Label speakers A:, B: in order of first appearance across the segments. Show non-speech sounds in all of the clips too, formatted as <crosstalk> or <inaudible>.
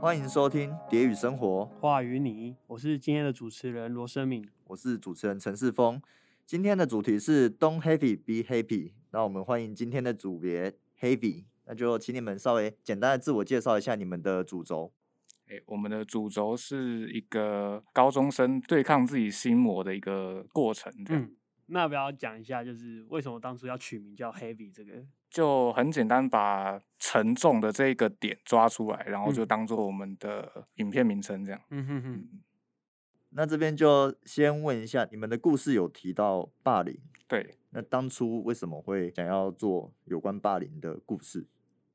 A: 欢迎收听《蝶语生活》，
B: 话与你，我是今天的主持人罗生敏。
A: 我是主持人陈世峰。今天的主题是 “Don't Heavy Be Happy”，那我们欢迎今天的组别 Heavy。那就请你们稍微简单的自我介绍一下你们的主轴。
C: 诶，我们的主轴是一个高中生对抗自己心魔的一个过程，这样、
B: 嗯，那要不要讲一下，就是为什么当初要取名叫 Heavy 这个？
C: 就很简单，把沉重的这个点抓出来，然后就
B: 嗯
C: 当做我们的影片名称这样。
B: 嗯哼哼，
A: 那这边就先问一下，你们的故事有提到霸凌，
C: 对，
A: 那当初为什么会想要做有关霸凌的故事？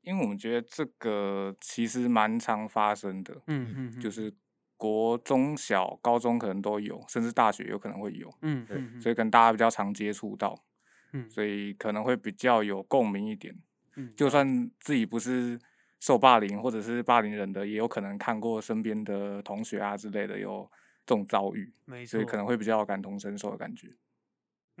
C: 因为我们觉得这个其实蛮常发生的，
B: 嗯哼哼，
C: 就是国中小、高中可能都有，甚至大学有可能会有，
B: 嗯
A: 对
B: 哼哼，
C: 所以可能大家比较常接触到，
B: 嗯
C: 所以可能会比较有共鸣一点。
B: 嗯
C: 就算自己不是受霸凌或者是霸凌人的，也有可能看过身边的同学啊之类的有这种遭遇，
B: 没错，
C: 所以可能会比较感同身受的感觉。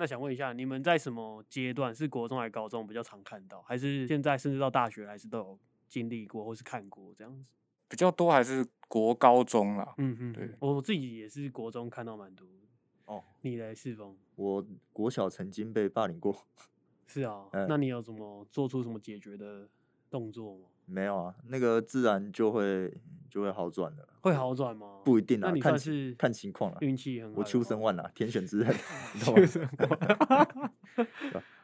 B: 那想问一下，你们在什么阶段是国中还是高中比较常看到，还是现在甚至到大学还是都有经历过或是看过这样子？
C: 比较多还是国高中啦，
B: 嗯哼
C: 对
B: 哼我自己也是国中看到蛮多的。
A: 哦，
B: 你嘞，世峰？
A: 我国小曾经被霸凌过， <laughs>
B: 是啊、
A: 呃
B: 那你有什么做出什么解决的动作吗？
A: 没有啊，那个自然就会就会好转的，
B: 会好转吗？
A: 不一定啊
B: 那，你
A: 看
B: 算
A: 情
B: 是
A: 看情况啦。啊
B: 运气很好的话。
A: 我秋生万啊，天选之人， <laughs> 你懂
B: 秋生
A: 吗？
B: 万啊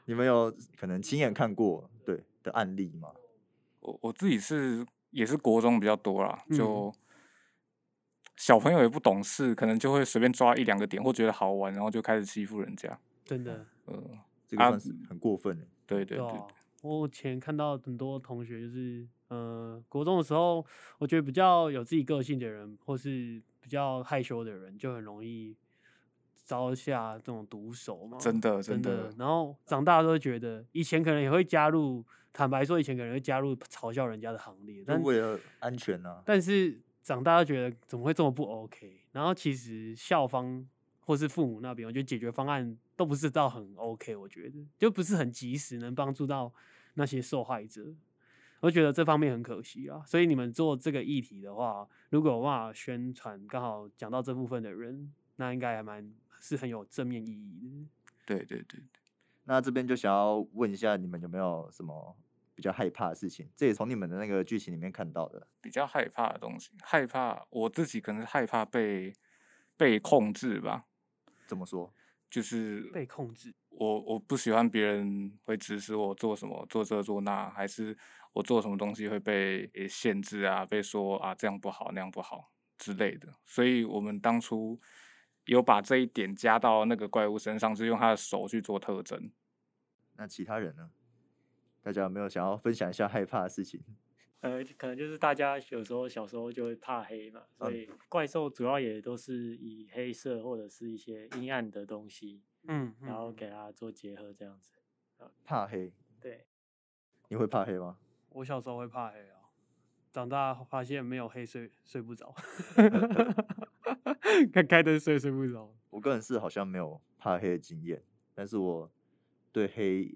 A: 你们有可能亲眼看过对的案例吗？
C: 我我自己是也是国中比较多啦，
B: 嗯
C: 就。小朋友也不懂事，可能就会随便抓一两个点，或觉得好玩，然后就开始欺负人家。
B: <laughs> 真
A: <laughs>
B: 的，
C: 嗯，
A: 这个
C: 啊
A: 算是很过分的。
C: 对
B: 对
C: 对对，
B: 啊。我以前看到很多同学，就是呃，国中的时候，我觉得比较有自己个性的人，或是比较害羞的人，就很容易招下这种毒手嘛。
C: 真的
B: 真
C: 真
B: 的
C: 的。
B: 然后长大都会觉得，以前可能也会加入，坦白说，以前可能会加入嘲笑人家的行列，
A: 就
B: 但
A: 为了安全呢、啊，
B: 但是长大就觉得怎么会这么不 OK？然后其实校方或是父母那边，我觉得解决方案都不是到很 OK，我觉得就不是很及时能帮助到那些受害者。我觉得这方面很可惜啊，所以你们做这个议题的话，如果有办法宣传，刚好讲到这部分的人，那应该还蛮是很有正面意义的。
C: 对对对，
A: 那这边就想要问一下，你们有没有什么比较害怕的事情？这也从你们的那个剧情里面看到的。
C: 比较害怕的东西，害怕我自己可能是害怕被被控制吧，
A: 怎么说？
C: 就是
B: 被控制，
C: 我我不喜欢别人会指使我做什么，做这做那，还是我做什么东西会被诶限制啊，被说啊这样不好那样不好之类的。所以我们当初有把这一点加到那个怪物身上，是用他的手去做特征。
A: 那其他人呢？大家有没有想要分享一下害怕的事情？
D: 呃，可能就是大家有时候小时候就会怕黑嘛，所
A: 嗯
D: 以怪兽主要也都是以黑色或者是一些阴暗的东西，
B: 嗯，
D: 然后
B: 嗯
D: 给它做结合这样子。
A: 怕黑？
D: 对，
A: 你会怕黑吗？
B: 我小时候会怕黑啊，长大发现没有黑睡睡
A: <laughs>
B: 不着， <laughs> 开开灯睡睡不着。
A: 我个人是好像没有怕黑的经验，但是我对黑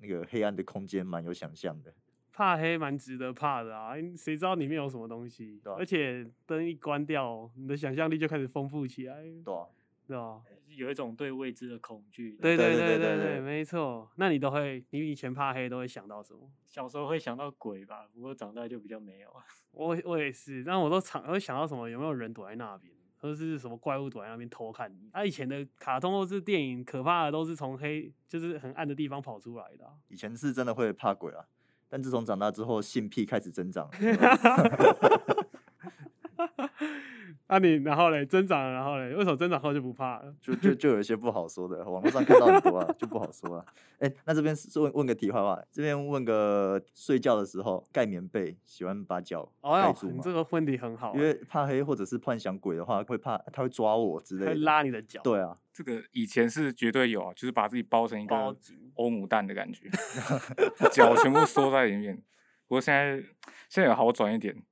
A: 那个黑暗的空间蛮有想象的。
B: 怕黑蛮值得怕的啊，因谁知道里面有什么东西？
A: 对啊
B: 而且灯一关掉，你的想象力就开始丰富起来，
A: 对啊，
B: 对吧？
D: 有一种对未知的恐惧。
B: 对
A: 对对对
B: 对对
A: 对
B: 没错。那你都会，你以前怕黑都会想到什么？
D: 小时候会想到鬼吧，不过长大就比较没有。
B: 我我也是，但我都常会想到什么，有没有人躲在那边，或者是什么怪物躲在那边偷看你。他、啊以前的卡通或是电影，可怕的都是从黑，就是很暗的地方跑出来的啊、 <laughs>
A: 以前是真的会怕鬼啊，但自从长大之后，性癖开始增长了。
B: <laughs> 那、啊你然后嘞，增长了，然后嘞，为什么增长后就不怕了？
A: 就就就有一些不好说的，网络上看到很多啊，就不好说啊。哎、那这边是问问个题外话，这边问个睡觉的时候盖棉被，喜欢把脚
B: 哦
A: 盖
B: 哟，
A: 住
B: 你
A: 吗？
B: 这个问题很好欸、
A: 因为怕黑或者是幻想鬼的话，会怕他会抓我之类
B: 会
A: 的。
B: 拉你的脚，
A: 对啊，
C: 这个以前是绝对有啊，就是把自己包成一
B: 包
C: 个
B: 紧
C: 欧姆蛋的感觉， <laughs> 脚全部缩在里面。不过现在现在有好转一点，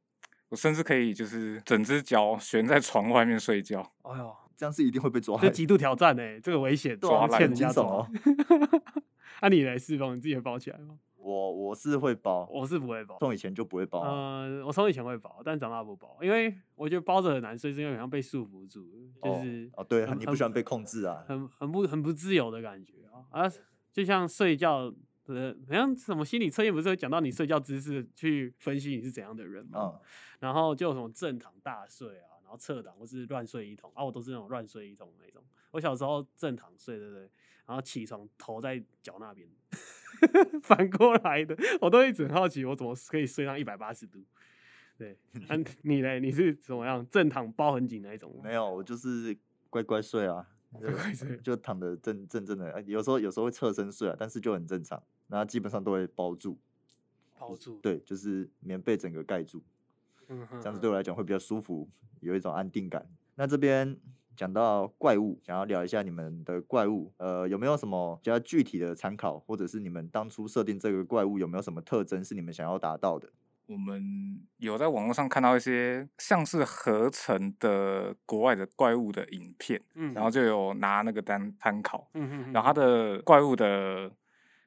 C: 我甚至可以就是整只脚悬在床外面睡觉。
B: 哎呦，
A: 这样是一定会被抓
B: 这
A: 的。
B: 极度挑战哎、欸，这个危险，
A: 对啊
B: 欠
A: 很
B: 人 <laughs>
A: 惊
B: 家啊
A: 悚哦
B: 抓。那、你来释放，你自己会包起来吗？
A: 我我是会包，
B: 我是不会包。
A: 从以前就不会包啊、
B: 呃，我从以前会包，但长大不包，因为我觉得包着很难受，是因为好像被束缚住，就是
A: 哦，对，
B: 很
A: 你不喜欢被控制啊，
B: 很很不很不自由的感觉啊，啊，就像睡觉的，好像什么心理测验不是会讲到你睡觉姿势去分析你是怎样的人吗？
A: 嗯，
B: 然后就有什么正躺大睡啊，然后侧躺或是乱睡一通啊，我都是那种乱睡一通那种。我小时候正躺睡，对不对？然后起床头在脚那边， <laughs> 反过来的，我都一直很好奇，我怎么可以睡到一百八十度？
A: <laughs>
B: 对，啊、你嘞？你是怎么样？正躺包很紧那一种吗？
A: 没有，我就是乖乖睡啊，
B: 哦乖乖睡
A: 就躺的正正正的，呃有时候有时候会侧身睡啊，但是就很正常，然后基本上都会包住，
B: 包住，
A: 对，就是棉被整个盖住，
B: 嗯哼，
A: 这样子对我来讲会比较舒服，有一种安定感。那这边讲到怪物，想要聊一下你们的怪物，呃，有没有什么比较具体的参考，或者是你们当初设定这个怪物有没有什么特征是你们想要达到的？
C: 我们有在网络上看到一些像是合成的国外的怪物的影片，
B: 嗯，
C: 然后就有拿那个当参考，
B: 嗯哼，嗯
C: 然
B: 哼
C: 后它的怪物的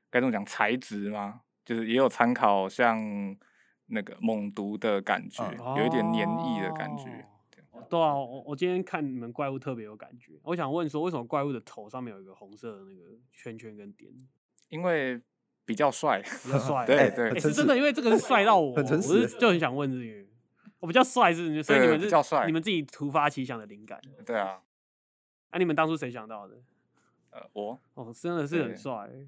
C: 该怎么讲材质吗？就是也有参考像那个猛毒的感觉，有一点黏液的感觉。
B: 嗯哦对啊，我我今天看你们怪物特别有感觉，我想问说，为什么怪物的头上面有一个红色的那个圈圈跟点？
C: 因为比较帅， <laughs>
B: 比较
A: <laughs>
B: 帅，
C: 对
B: 哎
C: 对
B: 哎
A: 很
B: 是
A: 诚
B: 真的，因为这个是帅到我，
A: 很诚
B: 我
A: 实
B: 是就很想问这个，我比较帅是不是？所以
C: 对
B: 你们
C: 比
B: 是
C: 较帅
B: 你们自己突发奇想的灵感，
C: <laughs> 对啊，
B: 啊，你们当初谁想到的？
C: 呃，我
B: 哦，真的是
C: 对
B: 很帅欸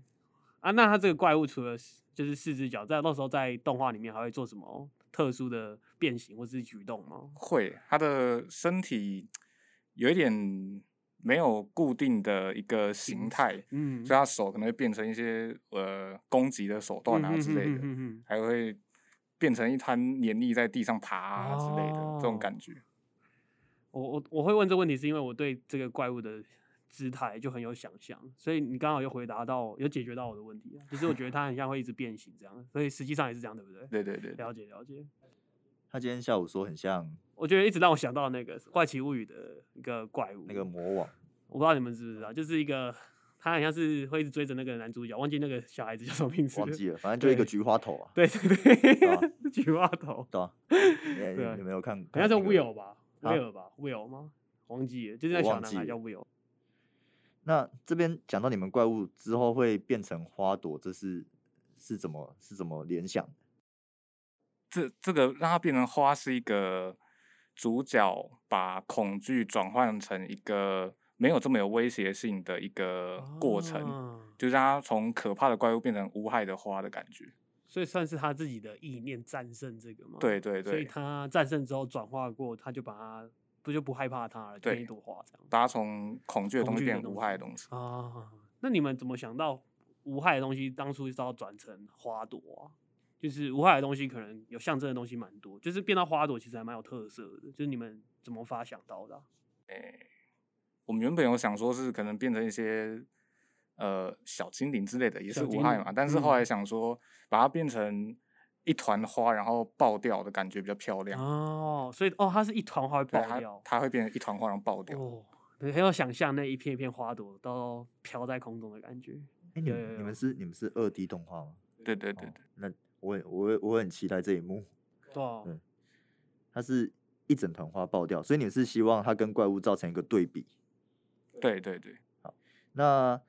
B: 啊！那他这个怪物除了是就是四只脚，在到时候在动画里面还会做什么特殊的变形或是举动吗？
C: 会他的身体有一点没有固定的一个形态，
B: 嗯，
C: 所以他手可能会变成一些呃攻击的手
B: 嗯
C: 段啊之类的，
B: 的。
C: 还会变成一滩黏腻在地上爬啊之类的、这种
B: 哦
C: 感觉。
B: 我我我会问这问题，是因为我对这个怪物的姿态就很有想象，所以你刚好又回答到，有解决到我的问题啊，就是我觉得它很像会一直变形这样，所以实际上也是这样，对不对？
C: 对对对对
B: 了解了解。
A: 他今天下午说很像
B: 我觉得一直让我想到那个《怪奇物语》的一个怪物，
A: 那个魔王，
B: 我不知道你们知不知道，就是一个他好像是会一直追着那个男主角，忘记那个小孩子叫什么名字，
A: 忘记了，
B: <laughs>
A: 反正就一个
B: 对
A: 菊花头啊，
B: 对对对，
A: 啊
B: <laughs> 菊花头，
A: <laughs> 对吧、你
B: 对
A: 你没有看？
B: 好
A: 看
B: 像叫
A: 那个啊
B: Will 吧，Will 吧，Will 吗？忘记了，就是那
A: 我
B: 个小
A: 忘
B: 男
A: 记
B: 孩
A: 了
B: 叫 Will。
A: 那这边讲到你们怪物之后会变成花朵，这是是怎么是怎么联想的？
C: 这这个让它变成花是一个主角把恐惧转换成一个没有这么有威胁性的一个
A: 呃
C: 过程，
B: 啊
C: 就让它从可怕的怪物变成无害的花的感觉。
B: 所以算是他自己的意念战胜这个嘛。
C: 对对
B: 所以
C: 对，
B: 他战胜之后转化过，他就把它不就不害怕它了，变
C: 对
B: 一朵花这样。
C: 把它从恐惧的
B: 恐
C: 东
B: 惧
C: 西
B: 的
C: 变成
B: 东
C: 无害的
B: 西
C: 东西。
B: 啊，那你们怎么想到无害的东西当初是要转成花朵啊？就是无害的东西可能有象征的东西蛮多，就是变到花朵其实还蛮有特色的。就是你们怎么发想到的啊、
C: 我们原本有想说是可能变成一些呃小精灵之类的，也
B: 小
C: 是无
B: 精
C: 害
B: 灵
C: 嘛。但是后来
B: 嗯
C: 想说，把它变成一团花，然后爆掉的感觉比较漂亮。
B: 哦，所以哦，它是一团花会
C: 啊对，
B: 爆
C: 它
B: 掉
C: 它会变成一团花，然后爆掉。
B: 哦，很有想象那一片一片花朵都飘在空中的感觉。
A: 哎、你
B: 有
A: 们
B: 有
A: 你们
B: 有
A: 是你们是二 D 动画吗？
C: 对对对
A: 哦
C: 对，
A: 那我也我也我很期待这一幕，
B: 对啊、
A: 嗯它是一整团花爆掉，所以你们是希望它跟怪物造成一个对比。
B: 哦
C: 对对对，
A: 那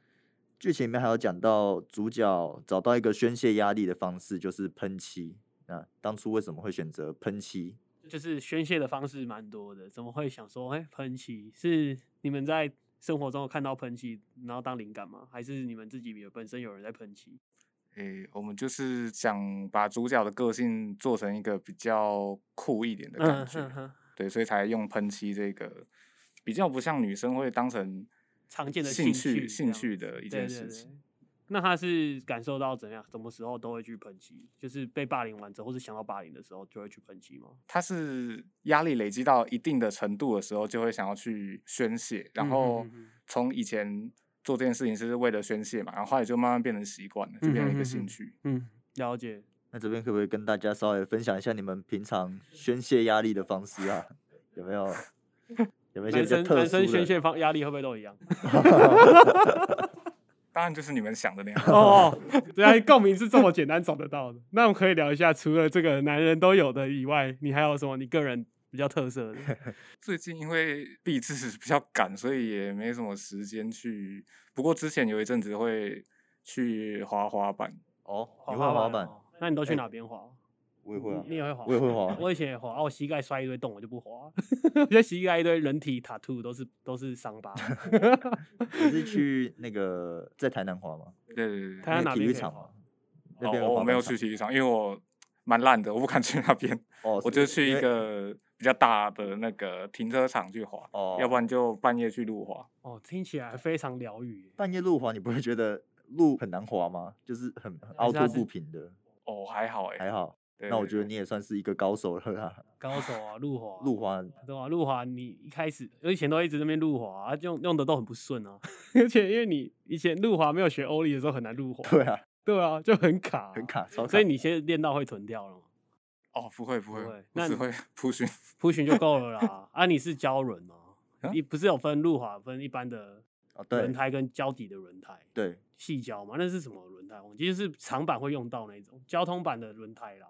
A: 剧情里面还有讲到主角找到一个宣泄压力的方式，就是喷漆。那当初为什么会选择喷漆？
B: 就是宣泄的方式蛮多的，怎么会想说，哎、喷漆是你们在生活中有看到喷漆，然后当灵感吗？还是你们自己有本身有人在喷漆？
C: 诶、我们就是想把主角的个性做成一个比较酷一点的感
B: 嗯
C: 觉，
B: 哼哼，
C: 对，所以才用喷漆这个比较不像女生会当成
B: 常见的
C: 兴
B: 趣这
C: 兴
B: 样
C: 趣
B: 子
C: 的一件
B: 对
C: 事
B: 对
C: 情。
B: 对那他是感受到怎样，什么时候都会去喷漆？就是被霸凌完之后，或是想到霸凌的时候，就会去喷漆吗？
C: 他是压力累积到一定的程度的时候，就会想要去宣泄，然
B: 嗯哼
C: 后
B: 哼哼
C: 从以前做这件事情是为了宣泄嘛，然后后来就慢慢变成习惯了，就变成一
B: 嗯哼
C: 个
B: 哼
C: 兴
B: 哼
C: 趣。
B: 嗯，了解。
A: 那这边可不可以跟大家稍微分享一下你们平常宣泄压力的方式啊？有没有？有没有一些
B: 男
A: 比较
B: 生
A: 特
B: 男
A: 殊
B: 生宣
A: 的？ <laughs>
B: 泄方压力会不会都一样？
C: 当答案就是你们想的那样。
B: <laughs> 哦，对啊，共鸣是这么简单找得到的。那我们可以聊一下，除了这个男人都有的以外，你还有什么你个人比较
A: <laughs>
B: 特色的？
C: 最近因为毕制比较赶，所以也没什么时间去。不过之前有一阵子会去滑滑板，啊
A: 哦，
B: 滑
A: 你会滑板？哎
B: 哦？那你都去哪边滑？
A: 我也会啊
B: 你，也会滑？
A: 我也会滑
B: 我以前也滑，啊我膝盖摔一堆洞，我就不滑。 <laughs> 我现在膝盖一堆人体 tattoo 都是都是伤疤。 <laughs>
A: 你是去那个在台南滑吗？
C: 对对对
B: 台南
A: 那
B: 哪
A: 个体
B: 边
A: 育
B: 可以
A: 场
B: 滑
A: 吗？那边
C: 哦，
A: 有
C: 我
A: 滑
C: 没有
A: 板
C: 去体育场，因为我蛮烂的，我不敢去那边，
A: 哦，是
C: 我就去
A: 因
C: 一
A: 为
C: 个比较大的那个停车场去滑，
A: 哦，
C: 要不然就半夜去路滑。
B: 哦，听起来非常疗愈耶。
A: 半夜路滑，你不会觉得路很难滑吗？就是很很凹
B: 它
A: 凸
B: 是
A: 不平的，
C: 哦，还好哎、
A: 还好。
C: 对
A: 那我
C: 对
A: 觉得
C: 对
A: 你也算是一个高手了啦，
B: 高手啊，路滑，
A: 路滑 <laughs>
B: 对啊，路滑你一开始，我以前都一直在那边路滑、啊，用用的都很不顺啊。 <laughs> 而且因为你以前路滑没有学欧力的时候很难路滑，
A: 对啊，
B: 对啊，就很卡、
A: 很。卡，超卡。
B: 所以你先练到会臀掉了嘛，
C: 哦，不会不会
B: 不会，
C: 我
B: 那你
C: 只
B: <laughs>
C: 会 <laughs> p u
B: 扑寻就够了啦。
A: <laughs>
B: 啊，你是胶轮吗
C: 啊？
B: 你不是有分路滑分一般的
A: 哦，对
B: 轮胎跟胶底的轮胎，
A: 对，
B: 细胶嘛？那是什么轮胎？我记得是长板会用到那种交通版的轮胎啦。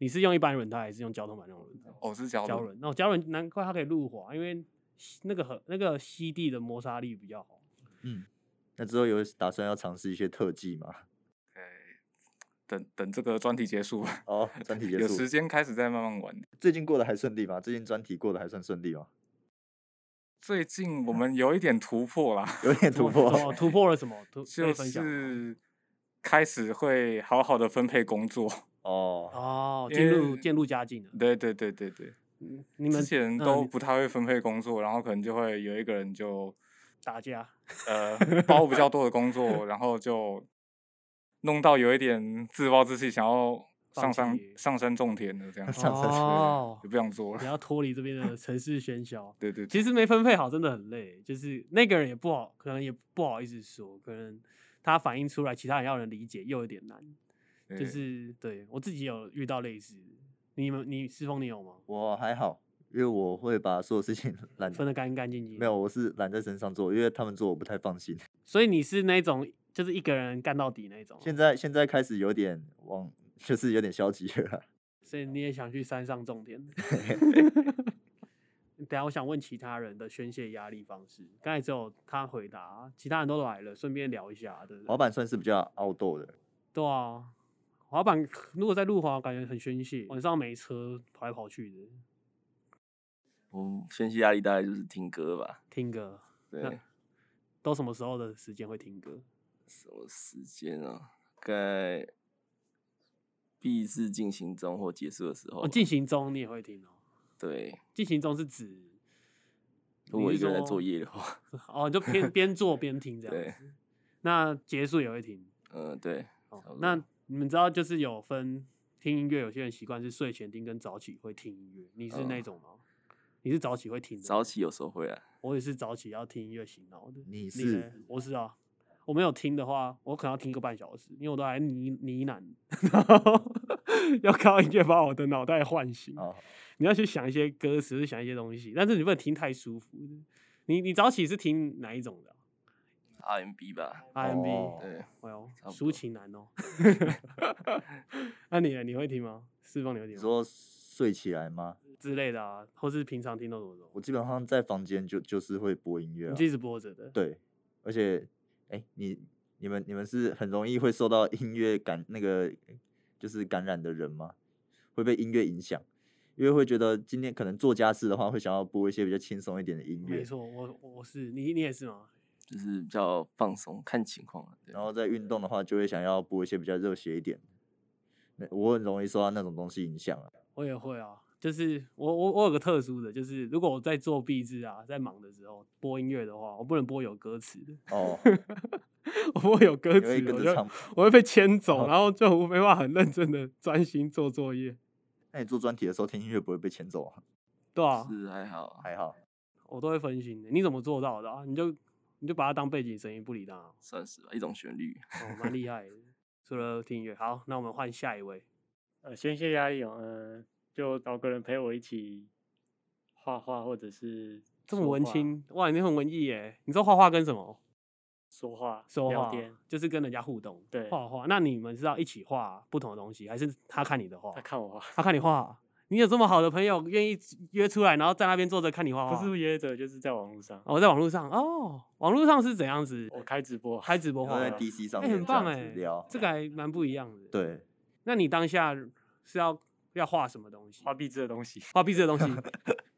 B: 你是用一般轮胎还是用交通版那种轮胎？
C: 哦是脚
B: 胶
C: 轮，
B: 轮，那胶轮难怪它可以路滑，因为吸那个和那个吸地的摩擦力比较好。
A: 嗯。那之后有打算要尝试一些特技吗？
C: 哎，等等这个专题结束吧，
A: 哦， <laughs> 专题结
C: <laughs> 有
A: 束
C: 时，间开始再慢慢
A: <laughs>
C: 玩。
A: 最近过得还顺利吗？最近专题过得还算顺利吗？ <laughs>
C: 最近
A: 嗯
C: 我们有一点突破啦，
A: 有点
B: 怎
A: 突
B: 么怎
A: 破
B: 么，突破了什么？
C: <laughs>
B: 突可
C: 就
B: 以分享吗
C: 是开始会好好的分配工作。 <laughs>
A: 哦，
B: 哦，
C: 因
B: 进入
C: 为
B: 渐入佳境了。
C: 对对对对对，
B: 嗯你们
C: 之前
B: 嗯
C: 都
B: 你
C: 不太会分配工作，然后可能就会有一个
A: <laughs>
C: 人就
B: 打
C: <laughs>
B: 架，
C: 呃包比较多的工作，然后就弄到有一点自暴自弃，想要上
B: 放
C: 山
B: 弃
C: 上山种田的这样子，
A: 上山种
C: 对
A: 田
B: 哦
C: 就不想做
B: 你
C: 了。 <laughs>
B: 要脱离这边的城市喧嚣。
C: 对对，对
B: 其实没分配好真的很累，就是那个人也不好，可能也不好意思说，可能他反映出来，其他人要能理解又有点难。就
C: 对
B: 是对我自己有遇到类似的，你们你师峰你有吗？
A: 我还好，因为我会把所有事情 <laughs> 揽
B: 分得干干净净。
A: 没有，我是揽在身上做，因为他们做我不太放心。
B: 所以你是那种就是一个人干到底那种吗，啊
A: 现在现在开始有点往， <laughs> 就是有点消极了啦。
B: 所以你也想去山上种
E: <laughs>
B: 田。等一下，我想问其他人的宣泄压力方式。刚才只有他回答，啊其他人都来了，顺便聊一下，对不对？
A: 滑板算是比较凹豆的，
B: 对啊，滑板如果在路滑，感觉很宣泄，晚上没车跑来跑去的，
E: 我宣泄压力大概就是听歌吧。
B: 听歌。那
E: 对，
B: 都什么时候的时间会听歌？
E: 什么时间啊？大概必是进行中或结束的时候
B: 哦，
E: 吧。
B: 进行中你也会听哦。
E: 对，
B: 进行中是指
E: 如果
B: 你
E: 一
B: 是
E: 个人在
B: 说
E: 作业的话，
B: 哦，你就
E: <laughs>
B: 边边做边听这样
E: 对
B: 子。那结束也会听。
E: 嗯，对，
B: 哦
E: 差不，
B: 那
E: 多
B: 你们知道就是有分听音乐，有些人习惯是睡前听跟早起会听音乐，你是那
E: 嗯
B: 种吗？你是早起会听的？
E: 早，起有时候会啊。
B: 我也是早起要听音乐醒脑的。
A: 你
B: 你
A: 是
B: 嘞我是啊，我没有听的话，我可能要听个半小时，因为我都还呢呢喃，然后 <laughs> 要靠音乐把我的脑袋唤醒。
A: 哦，
B: 你要去想一些歌词，想一些东西，但是你不能听太舒服的。你你早起是听哪一种的啊
E: RMB 吧，
B: ？R&B，、
A: 哦
E: 对，
B: 哎呦，
E: 差不
B: 抒
E: 多
B: 情男哦。 <laughs> 那你呢你会听吗？四凤你会
A: 你
B: 听吗？
A: 说睡起来吗？
B: 之类的啊，或是平常听到什么什么
A: 我基本上在房间就就是会播音乐、
B: 你
A: 啊
B: 就，一直播着的。
A: 对，而且，哎、你你们你们是很容易会受到音乐感那个就是感染的人吗？会被音乐影响？因为会觉得今天可能做家事的话，会想要播一些比较轻松一点的音乐
B: 没，错，我我是你你也是吗？
E: 就是比较放松，看情况啊。对
B: 哦
A: 然后在运动的话，就会想要播一些比较热血一点。那我很容易受到那种东西影响啊。
B: 我也会啊，就是我我我有个特殊的，就是如果我在做壁纸啊，在忙的时候播音乐的话，我不能播有歌词的， <laughs>
A: 哦，
B: 我播有歌
A: 你
B: 词，
A: 会跟
B: 我
A: 着
B: 就
A: 唱吗。
B: 我会被牵走，
A: 哦 <laughs>
B: 然后就没办法很认真的专心做作业，
A: 那你做专题的时候听音乐不会被牵走啊？
B: 对啊，
E: 是还好啊，
A: 还好，
B: 我都会分心的。你怎么做到的啊？你就你就把它当背景声音，不理它哦，
E: 算是吧，一种旋律。
B: 哦蛮厉害的。除了听音乐，好，那我们换下一位。
D: 呃，宣泄压力哦，嗯、就找个人陪我一起画画，或者是
B: 这么
D: 说
B: 文
D: 话，
B: 青，哇，你很文艺耶！你知道画画跟什么？
D: 说话、
B: 说
D: 聊
B: 话
D: 天，，
B: 就是跟人家互动，
D: 对
B: 画画。那你们是要一起画不同的东西，还是他看你的画
D: 他，看我画，
B: 他看你画？啊你有这么好的朋友，愿意约出来，然后在那边坐着看你画画？
D: 不是约着，就是在网络上，
B: 哦哦，我在网络上哦，网络上是怎样子？
D: 我开直播，
B: 开直播
A: 然后
B: 画
A: 在
B: 吗，
A: DC 上
B: 哎、
A: 面
B: 很棒
A: 这
B: 哎、
A: 样子聊，
B: 这个还蛮不一样的。，
A: 对，
B: 那你当下是要要画什么东西？
D: 画壁纸的东西，
B: 画壁纸的东西，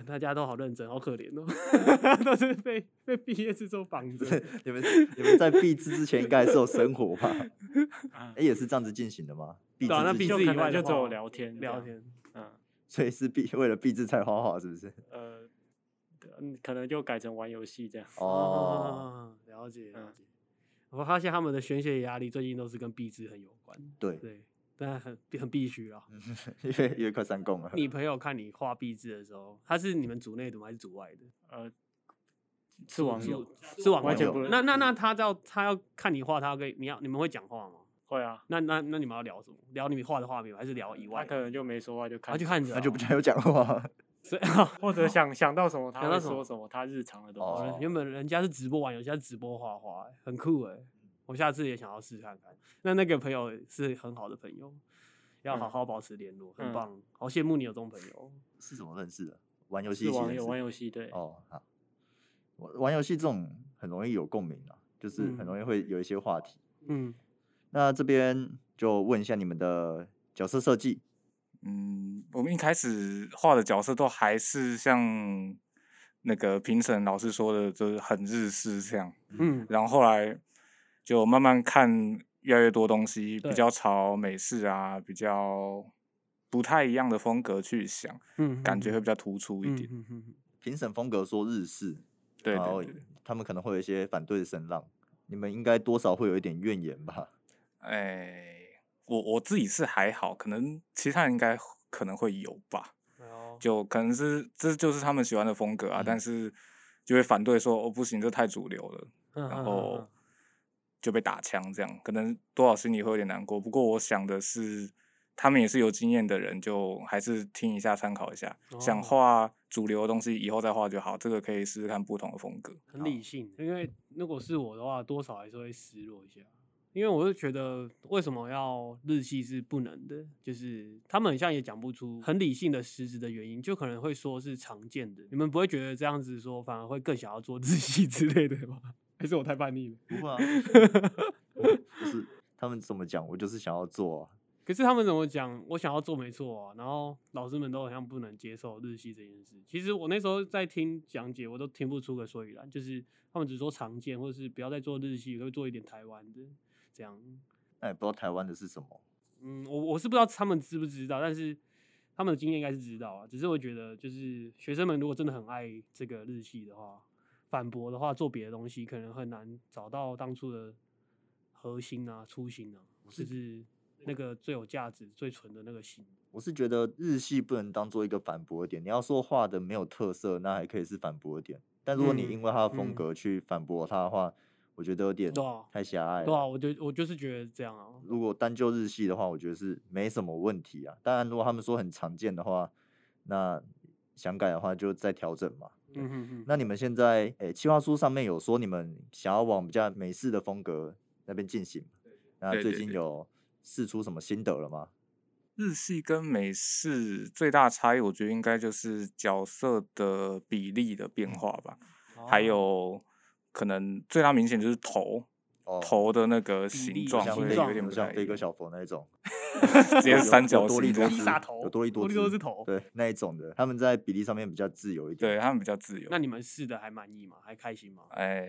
B: 大家都好认真，好可怜哦，都是被被毕业制作绑着。
A: 你们你们在毕制之前应该还是有生活吧？
D: 啊
A: 哎、也是这样子进行的吗？毕制
B: 对啊那
A: 之
B: 毕
A: 前
B: 制
D: 就
B: 以
D: 可
B: 外
D: 能
B: 的
D: 就只
B: 话
D: 有聊天这
B: 聊
D: 样，
B: 天，
D: 嗯
A: 所以是毕 <laughs> 为了毕制才画画，是不是？
D: 呃，嗯可能就改成玩游戏这样，
A: 哦，，
B: 了解了
D: 嗯
B: 解。我发现他们的宣泄压力最近都是跟币值很有关，
A: 对，
B: 对，但很很必须啊。
A: 因为因为快三共了，
B: 你朋友看你画币值的时候，他是你们组内的吗？还是组外的？
D: 呃，是网友
B: 是网
A: 完全
B: 友
A: 不
B: 那那
D: 嗯
B: 那他要他要看你画，他要跟你要你们会讲话吗？
D: 会啊，
B: 那那那你们要聊什么？聊你们画的画面吗，还是聊以
D: 他
B: 外
D: 可
B: 的？
D: 能就没说话就
B: 他
D: 看
B: 就
D: 着，
B: 看着哦，
A: 那就不太有讲话。 <laughs>
B: 所以
D: 或者想想到什么他
B: 想到
D: 会
B: 什么
D: 说什么，他日常的东西，
A: 哦
B: 原本人家是直播玩游戏，他直播画画、欸，很酷哎、我下次也想要试看看。那那个朋友是很好的朋友，要好
D: 嗯
B: 好保持联络，很
D: 嗯
B: 棒，好羡慕你有这种朋友。哦
A: 是怎么认识的？玩游戏
D: 是
A: 一起
D: 网
A: 认
D: 友
A: 识
D: 玩游戏对，
A: 哦，好，玩玩游戏这种很容易有共鸣啊，就是很容易会有一些话题。
B: 嗯，
A: 那这边就问一下你们的角色设计，
C: 嗯，我们一开始画的角色都还是像那个评审老师说的，就是很日式这样。
B: 嗯，
C: 然后后来就慢慢看越来越多东西，
B: 对
C: 比较朝美式啊，比较不太一样的风格去想，
B: 嗯
C: 感觉会比较突出一点。
B: 嗯嗯嗯
A: 评审风格说日式，
C: 对
A: 然后
C: 对对对，
A: 他们可能会有一些反对的声浪，你们应该多少会有一点怨言吧？
C: 哎、我我自己是还好，可能其他人应该可能会有吧，
B: 嗯哦
C: 就可能是这就是他们喜欢的风格啊，但是就会反对说哦不行，这太主流了。
B: 嗯
C: 然
B: 嗯
C: 后就被打枪，这样可能多少心里会有点难过。不过我想的是，他们也是有经验的人，就还是听一下、参考一下。想
B: 哦
C: 画主流的东西，以后再画就好。这个可以试试看不同的风格。
B: 很理性，欸因为如果是我的话，多少还是会失落一下，因为我就觉得为什么要日系是不能的，就是他们好像也讲不出很理性的实质的原因，就可能会说是常见的，你们不会觉得这样子说反而会更想要做日系之类的吗？ <laughs> 还是我太叛逆了？ <laughs>
A: 不会啊，就是他们怎么讲，我就是想要做、啊。
B: 可是他们怎么讲？我想要做没错啊，然后老师们都好像不能接受日系这件事。其实我那时候在听讲解，我都听不出个所以然，就是他们只说常见，或者是不要再做日系，会做一点台湾的这样。
A: 那也不知道台湾的是什么，
B: 嗯，我我是不知道他们知不知道，但是他们的经验应该是知道啊。只是我觉得，就是学生们如果真的很爱这个日系的话，反驳的话，做别的东西可能很难找到当初的核心啊、初心啊，就是那个最有价值、最纯的那个心。
A: 我是觉得日系不能当做一个反驳点。你要说画的没有特色，那还可以是反驳点。但如果你
B: 嗯
A: 因为他的风
B: 嗯
A: 格去反驳他的话，我觉得有点
B: 对啊
A: 太狭隘
B: 对啊，
A: 了。
B: 我就我就是觉得这样啊。
A: 如果单就日系的话，我觉得是没什么问题啊。当然，如果他们说很常见的话，那想改的话就再调整嘛。
B: 嗯哼哼，
A: 那你们现在诶，企划书上面有说你们想要往比较美式的风格那边进行，那
C: 对
A: 最
C: 对
A: 近
C: 对
A: 有试出什么心得了吗？
C: 日系跟美式最大差异，我觉得应该就是角色的比例的
B: 嗯
C: 变化吧，还
B: 哦
C: 有可能最大明显就是头。
A: 哦，
C: 头的那个
B: 比例
C: 形
B: 的
C: 状
A: 像
B: 形
C: 会
A: 飞
B: 状
C: 有点不
A: 像
C: 太
A: 飞
C: 一
A: 哥
C: 样，
A: 小佛那一种，
C: 直接
A: 有
C: 三
A: 有
C: 角
A: 多利
C: 形这
A: 多
C: 样
A: <laughs> 姿
B: 披
C: 子
B: 萨，
A: 有
B: 头
A: 多利多
B: 多利多
A: 姿
B: 姿头
A: 对那一种的，他们在比例上面比较自由一点。
C: 对啊他们比较自由。
B: 那你们试的还满意吗？还开心吗？
C: 哎，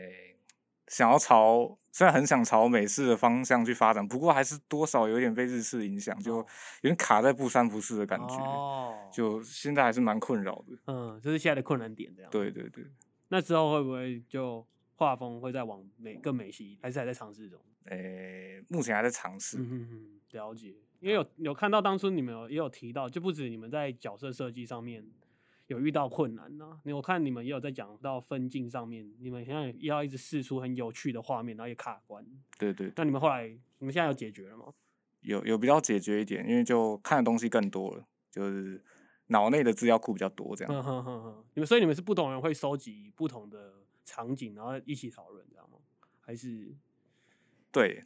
C: 想要朝虽然很想朝美式的方向去发展，不过还是多少有点被日式影响，就有点卡在不三不四的感觉，
B: 哦，
C: 就现在还是蛮困扰的。
B: 嗯，这是现在的困难点这样。，
C: 对对对，
B: 那之后会不会就画风会再往美更美系一点，还是还在尝试中？
C: 哎，目前还在尝试。
B: 嗯哼哼，了解。因为有有看到当初你们有也有提到，就不止你们在角色设计上面有遇到困难呐、啊，我看你们也有在讲到分镜上面，你们现在也要一直试出很有趣的画面，然后也卡关。
C: 对对，对
B: 那你们后来你们现在有解决了吗？
C: 有有比较解决一点，因为就看的东西更多了，就是脑内的资料库比较多这样。
B: 嗯哼哼哼哼，你们所以你们是不同人会收集不同的场景，然后一起讨论，这样吗？还是
C: 对，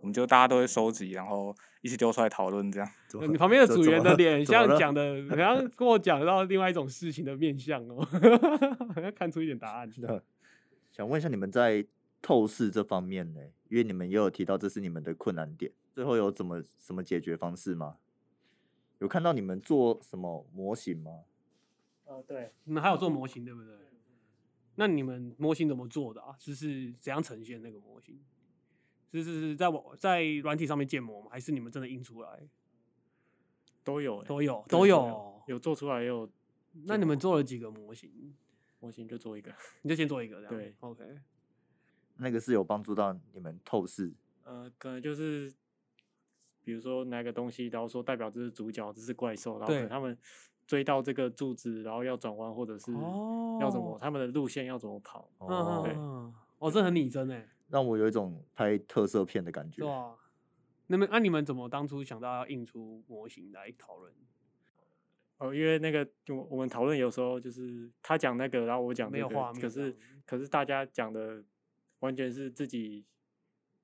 C: 我们就大家都会收集，然后一起丢出来讨论这样。
A: 怎么
B: 呃你旁边的
A: 怎
B: 组
A: 怎
B: 员
A: 么
B: 的
A: 了
B: 脸
A: 怎么
B: 像
A: 了
B: 讲的，好像跟我讲到另外一种事情的面相哦， <laughs> 好像看出一点答案。
A: 的。想问一下你们在透视这方面呢，因为你们也有提到这是你们的困难点，最后有怎么什么解决方式吗？有看到你们做什么模型吗？
D: 呃，对，
B: 你们还有做模型对不对？那你们模型怎么做的啊？就是怎样呈现那个模型？是是是在网在软体上面建模吗？还是你们真的印出来？
D: 都有欸、
B: 都有
D: 对
B: 都有。
D: 有做出来，也有
B: 那你们做了几个模型？
D: 模型就做一个。
B: 你就先做一个这样。
D: 对
B: ，OK。
A: 那个是有帮助到你们透视
D: 呃，可能就是比如说拿个东西，然后说代表这是主角，这是怪兽，然后可
B: 对
D: 能他们追到这个柱子，然后要转弯，或者是要怎么、
B: 哦
D: 他们的路线要怎么跑。
B: 嗯嗯
A: 哦，
B: 嗯嗯，哦，这很拟真哎，
A: 让我有一种拍特色片的感觉
B: 对。啊吧？那么，那、啊你们怎么当初想到要印出模型来讨论？
D: 呃，因为那个我我们讨论有时候就是他讲那个，然后我讲
B: 没
D: 这
B: 有
D: 个
B: 画面
D: 可
B: 这样
D: 是可是大家讲的完全是自己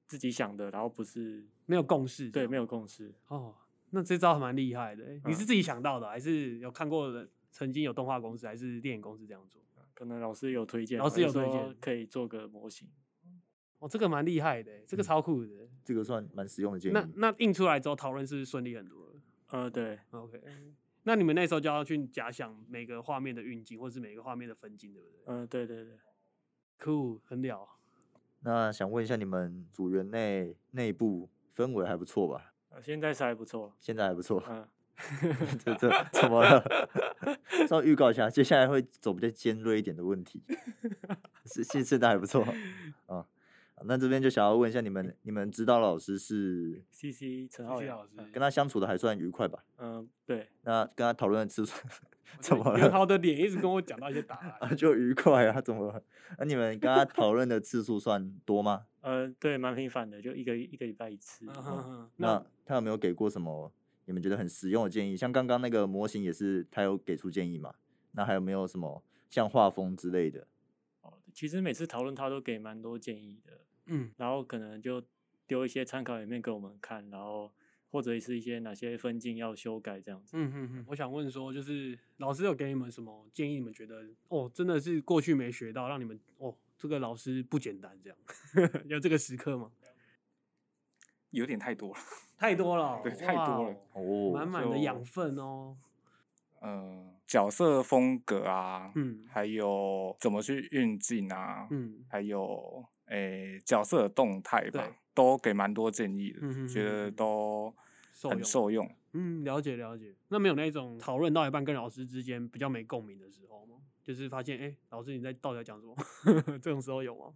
D: 自己想的，然后不是
B: 没有共识，
D: 对没
B: 有
D: 有共识。
B: 哦。那这招还蛮厉害的欸、你是
D: 嗯
B: 自己想到的，还是有看过的？曾经有动画公司还是电影公司这样做？
D: 可能老师有推荐吧，
B: 老师
D: 就
B: 有推
D: 说
B: 荐
D: 可以做个模型。
B: 哦，这个蛮厉害的欸、这个
A: 嗯
B: 超酷的。
A: 这个算蛮实用的建
B: 那
A: 议。
B: 那印出来之后讨论是不是顺利很多了
D: 呃，对，
B: ？OK。那
D: 嗯
B: 你们那时候就要去假想每个画面的运镜，或是每个画面的分镜，对不对？
D: 嗯、呃，对对对，
B: 酷，很屌。
A: 那想问一下你们组员内内部氛围还不错吧？
D: 呃现在是还不错。
A: 现在还不错。
D: 嗯、
A: <laughs> 这这怎么了？ <laughs> 稍微预告一下，接下来会走比较尖锐一点的问
B: <laughs>
A: 题。是现现在还不错啊。那这边就想要问一下你们，你们指导老师是
D: c C 陈浩
B: 谢谢
D: 洋
B: 老，师。
A: 跟他相处的还算愉快吧？
D: 嗯、呃对，
A: 那跟他讨论的次数
B: 我觉
A: 怎
B: 得
A: 么
B: 袁
A: 了？
B: 豪的脸一直跟我讲到一些答
A: 啊，
B: 案，
A: 就愉快啊，怎么了？那、你们跟他讨论的次数算多吗？
D: 呃，对，蛮频繁的，就一个一个礼拜一次。
B: 嗯哼哼
A: 那他有没有给过什么你们觉得很实用的建议？像刚刚那个模型也是他有给出建议嘛？那还有没有什么像画风之类的？
D: 哦其实每次讨论他都给蛮多建议的，
B: 嗯，
D: 然后可能就丢一些参考里面给我们看，然后或者是一些哪些分镜要修改这样子。
B: 嗯哼哼，我想问说，就是老师有给你们什么建议？你们觉得哦，真的是过去没学到，让你们哦，这个老师不简单，这样 <laughs> 有这个时刻吗？
C: 有点太多了，
B: 太多了，
C: 对太多了
B: 哇
A: 哦
B: 哦，满满的
C: 就
B: 养分哦。
C: 呃，角色风格啊，
B: 嗯
C: 还有怎么去运镜啊，
B: 嗯
C: 还有诶、角色的动态吧
B: 对，
C: 都给蛮多建议的，
B: 嗯哼
C: 觉
B: 哼哼
C: 得
B: 哼
C: 都
B: 受
C: 很
B: 用
C: 受用。
B: 嗯，了解了解。那没有那种讨论到一半跟老师之间比较没共鸣的时候吗？就是发现哎、诶老师你在到底在讲什么？ <laughs> 这种时候有吗？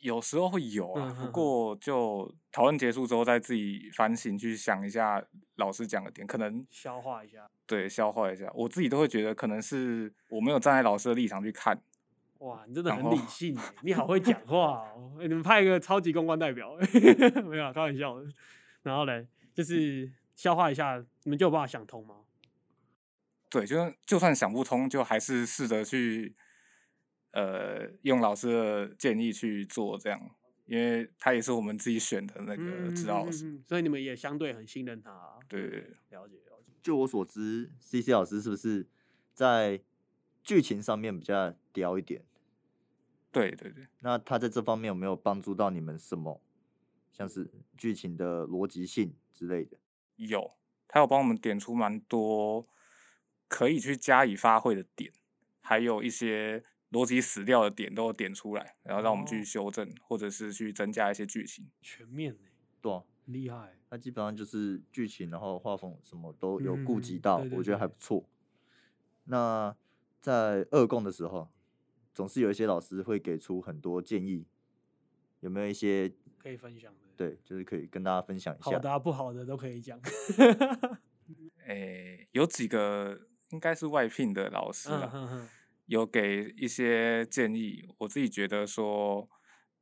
C: 有时候会有啊，
B: 嗯
C: 不过就讨论结束之后，再自己反省去想一下老师讲的点，可能
B: 消化一下。
C: 对消化一下。我自己都会觉得，可能是我没有站在老师的立场去看，
B: 哇，你真的
C: 然
B: 很理
C: 后
B: 性欸，你好会讲话哦、欸你们派一个超级公关代表， <laughs> 没有啦，啊开玩笑的。然后嘞，就是消化一下，你们就有办法想通吗？
C: 对，就算就算想不通，就还是试着去呃用老师的建议去做，这样，因为他也是我们自己选的那个指导老师。
B: 嗯嗯嗯嗯所以你们也相对很信任他啊、
C: 对对对
B: 了解了解。
A: 就我所知，C C 老师是不是在剧情上面比较刁一点？
B: 嗯
C: 对对对，
A: 那他在这方面有没有帮助到你们什么？像是剧情的逻辑性之类的？
C: 有，他有帮我们点出蛮多可以去加以发挥的点，还有一些逻辑死掉的点都有点出来，然后让我们
B: 哦
C: 去修正，或者是去增加一些剧情。
B: 全面呢、
A: 对、啊，
B: 很厉害。
A: 他基本上就是剧情，然后画风什么都有顾及
B: 嗯
A: 到，
B: 对对
A: 我觉得还
B: 对
A: 不错。那在二供的时候，总是有一些老师会给出很多建议，有没有一些
B: 可以分享的，，
A: 对，就是可以跟大家分享一
B: 好
A: 下？
B: 的、啊、不好的都可以
C: <laughs>
B: 讲。
C: 诶，有几个应该是外聘的老师
B: 嗯
C: 啦，
B: 哼哼，
C: 有给一些建议，我自己觉得说，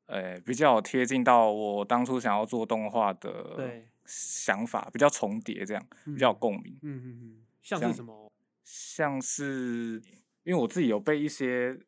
C: 呃，比较贴近到我当初想要做动画的
B: 对
C: 想法，比较重叠，这样比较有
B: 嗯
C: 共鸣。
B: 嗯嗯嗯，像是
C: 像
B: 什么？
C: 像是因为我自己有被一些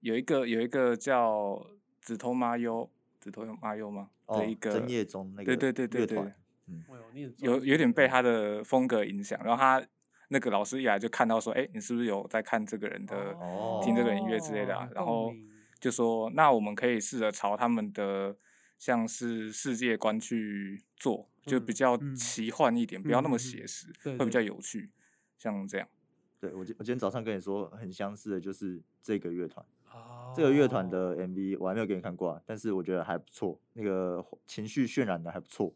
C: 有一个有一个叫紫头麻优指头用阿优吗？
A: 哦
C: 的一，个
A: 曾叶中那
C: 对
A: 个
C: 对对对
A: 乐
C: 对
A: 团，嗯
B: 哎呦，你也
C: 有
B: 专
C: 有
B: 业
C: 点被他的风格影响，然后他那个老师一来就看到说，哎、你是不是有在看这个人的、
A: 哦
C: 听这个音乐之类的、啊
B: 有？
C: 然
B: 哦共
C: 后
B: 鸣
C: 就说，那我们可以试着朝他们的像是世界观去做，就比
B: 嗯
C: 较
B: 嗯
C: 奇幻一点，不要
B: 嗯
C: 那
B: 嗯
C: 么
B: 嗯
C: 写实，
B: 对
C: 会比
B: 对
C: 较有趣，像这样。
A: 对我今我今天早上跟你说很相似的就是这个乐团，
B: 哦
A: 这个乐团的 MV 我还没有给你看过、啊，但是我觉得还不错，那个情绪渲染的还不错，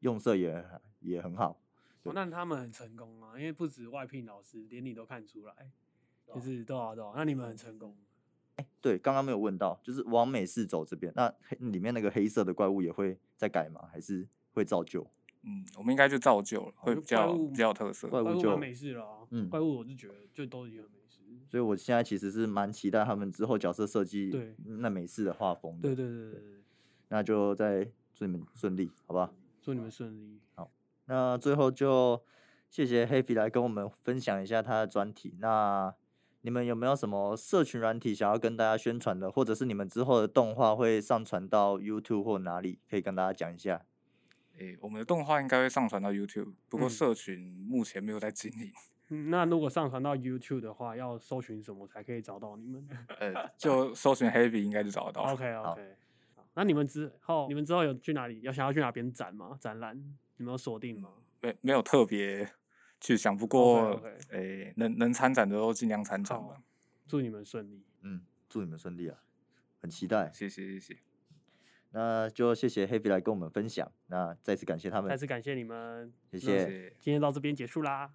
A: 用色也还也很好。
B: 哦，那他们很成功啊，因为不止外聘老师，连你都看出来，就是多少多啊少，那你们很成功。
A: 对，刚刚没有问到，就是往美式走这边，那黑里面那个黑色的怪物也会再改吗？还是会照旧？
C: 嗯，我们应该就造就了，会
B: 哦就
C: 比
B: 怪
C: 较
B: 物
C: 比较有特色。
A: 怪物
B: 怪物
A: 就
B: 蛮美式了啊，
A: 嗯
B: 怪物我是觉得就都已经很美式。
A: 所以我现在其实是蛮期待他们之后角色设计
B: 对
A: 那美式的画风的。
B: 对对对对对，
A: 那就再祝你们顺利，好吧？
B: 祝你们顺利。
A: 那最后就谢谢黑皮来跟我们分享一下他的专题。那你们有没有什么社群软体想要跟大家宣传的，或者是你们之后的动画会上传到 YouTube 或哪里，可以跟大家讲一下？
C: 诶、我们的动画应该会上传到 YouTube，不过
B: 嗯
C: 社群目前没有在经营。
B: <laughs> 嗯，那如果上传到 YouTube 的话，要搜寻什么才可以找到你们
C: 呃，就搜寻 Heavy 应该就找得到。
B: ？OK
A: <laughs> 好
B: OK，那你们之后你们之后有去哪里？有想要去哪边展吗？展览？你们有锁定吗？
C: 没没有特别去想，不过
B: OK，OK
C: 诶、能能参展的都尽量参展
B: 好
C: 吧。
B: 祝你们顺利。
A: 嗯，祝你们顺利啊，很期待。
C: 谢谢谢谢，
A: 那就谢谢黑皮来跟我们分享，那再次感谢他们
B: 再，次感谢你们，
A: 谢
B: 那
A: 谢。
C: 谢
B: 今天到这边结束啦。